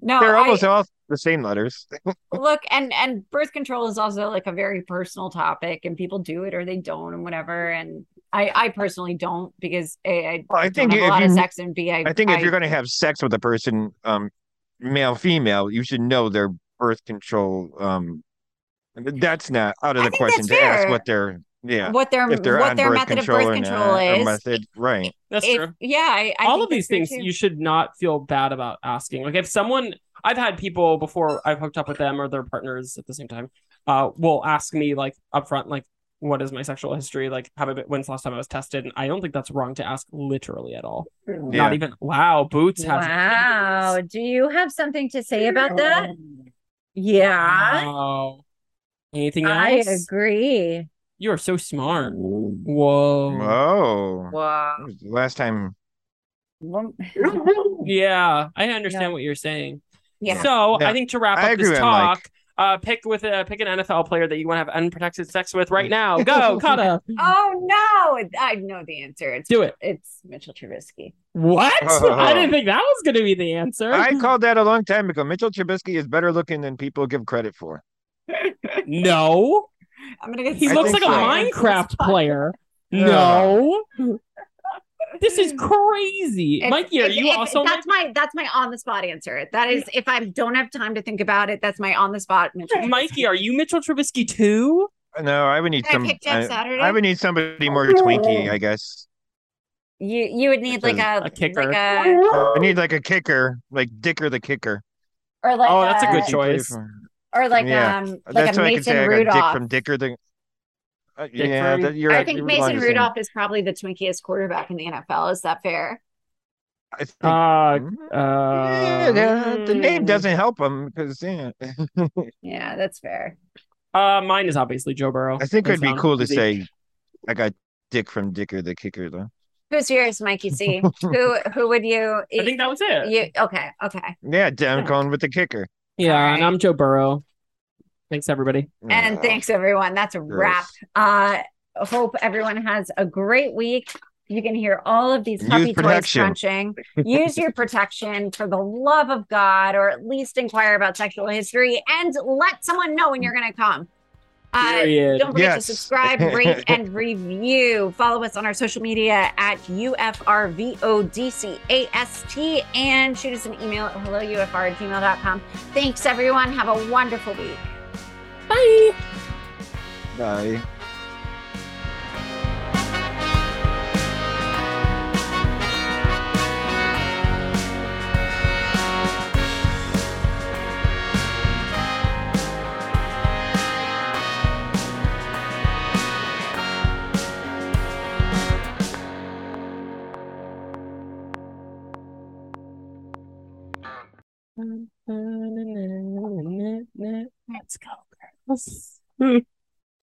S2: No,
S1: They're almost
S2: I,
S1: all the same letters.
S2: look, and and birth control is also like a very personal topic, and people do it or they don't, and whatever. And I, I personally don't because a, I
S1: Well, I
S2: don't
S1: think
S2: have
S1: if
S2: a lot
S1: you
S2: of sex, and b I
S1: I think if you're
S2: I-
S1: going to have sex with a person, um, male, female, you should know their birth control. Um, that's not out of
S2: I
S1: the
S2: think
S1: question to
S2: that's
S1: ask
S2: fair.
S1: what their yeah
S2: what their
S1: if they're
S2: what
S1: on
S2: their
S1: birth
S2: method of
S1: control
S2: birth
S1: or
S2: control
S1: not, or
S2: is.
S1: method right.
S3: That's
S2: If-
S3: true.
S2: yeah, I, I
S3: All
S2: think
S3: of
S2: that's
S3: these things
S2: true, too.
S3: you should not feel bad about asking. Like if someone I've had people before I've hooked up with them or their partners at the same time, uh, will ask me like upfront, like, what is my sexual history? Like have a bit when's the last time I was tested? And I don't think that's wrong to ask literally at all.
S1: Yeah.
S3: Not even wow, boots have
S2: Wow. Do you have something to say about that? Yeah.
S3: Wow. Anything
S2: I
S3: else?
S2: agree.
S3: You are so smart. Whoa.
S1: Whoa!
S2: Wow.
S1: When was the Last time,
S3: Yeah, I understand what you're saying.
S2: Yeah.
S3: So
S1: Yeah.
S3: I think to wrap
S1: I
S3: up this
S1: agree with Mike.
S3: talk, uh, pick with a pick an NFL player that you want to have unprotected sex with right now. Go, Kata.
S2: Oh no! I know the answer. It's
S3: Do it.
S2: It's Mitchell Trubisky.
S3: What? I didn't think that was going to be the answer.
S2: Mm-hmm.
S1: I called that a long time ago. Mitchell Trubisky is better looking than people give credit for.
S3: no.
S2: I'm gonna get.
S3: He
S1: I
S3: looks like
S1: think
S3: a
S1: so.
S3: Minecraft player.
S1: Yeah.
S3: No. This is crazy. Mikey, are you also
S2: That's my that's my on the spot answer. That is, if I don't have time to think about it, that's my on the spot. Mitchell. Trubisky.
S3: Mikey, are you Mitchell Trubisky too?
S1: No, I would need
S2: Can I
S1: some.
S2: pick Jeff
S1: I,
S2: Saturday?
S1: I would need somebody more twinky, I guess.
S2: You you would need like a,
S3: A kicker.
S2: like a
S1: I need like a kicker, like Dicker the kicker.
S2: or like
S3: Oh, that's a good
S1: He
S3: choice.
S1: played for-
S2: or like
S1: Yeah.
S2: um like
S1: That's
S2: a
S1: what I can say.
S2: Mason
S1: I got Dick
S2: Rudolph.
S1: from Dicker the. Uh,
S5: Dick
S1: yeah,
S5: Furry?
S1: that, you're right.
S2: I think
S1: you would belong
S2: Mason
S1: to the same.
S2: Rudolph is probably the twinkiest quarterback in the NFL. Is that fair?
S1: I think-
S5: Uh,
S1: Mm,
S5: uh,
S1: yeah, the- the name
S3: hmm.
S5: mm.
S1: doesn't help him because yeah,
S2: Yeah, that's fair.
S5: Uh, mine is obviously Joe Burrow.
S1: I think it'd be
S5: That's
S1: cool to
S5: easy.
S1: say I got Dick from Dicker the Kicker though.
S2: Who's yours, Mikey C? who who would you?
S3: I think that was it.
S2: you okay. Okay,
S1: Yeah,
S2: Hmm.
S1: I'm going with the kicker.
S5: Yeah,
S2: Alright.
S5: and I'm Joe Burrow. Thanks, everybody.
S2: and
S1: Yeah.
S2: thanks everyone. That's a wrap. Uh, hope everyone has a great week. You can hear all of these
S1: Use
S2: puppy toys
S1: protection.
S2: crunching. Use your protection for the love of God, or at least inquire about sexual history and let someone know when you're going to come. Uh,
S5: Period.
S2: Don't forget to
S1: Yes.
S2: subscribe, rate, and review. Follow us on our social media at UFRVODCAST and shoot us an email at helloufr at gmail.com. Thanks, everyone. Have a wonderful week. Bye.
S1: Bye.
S2: Let's go.
S5: Hmm.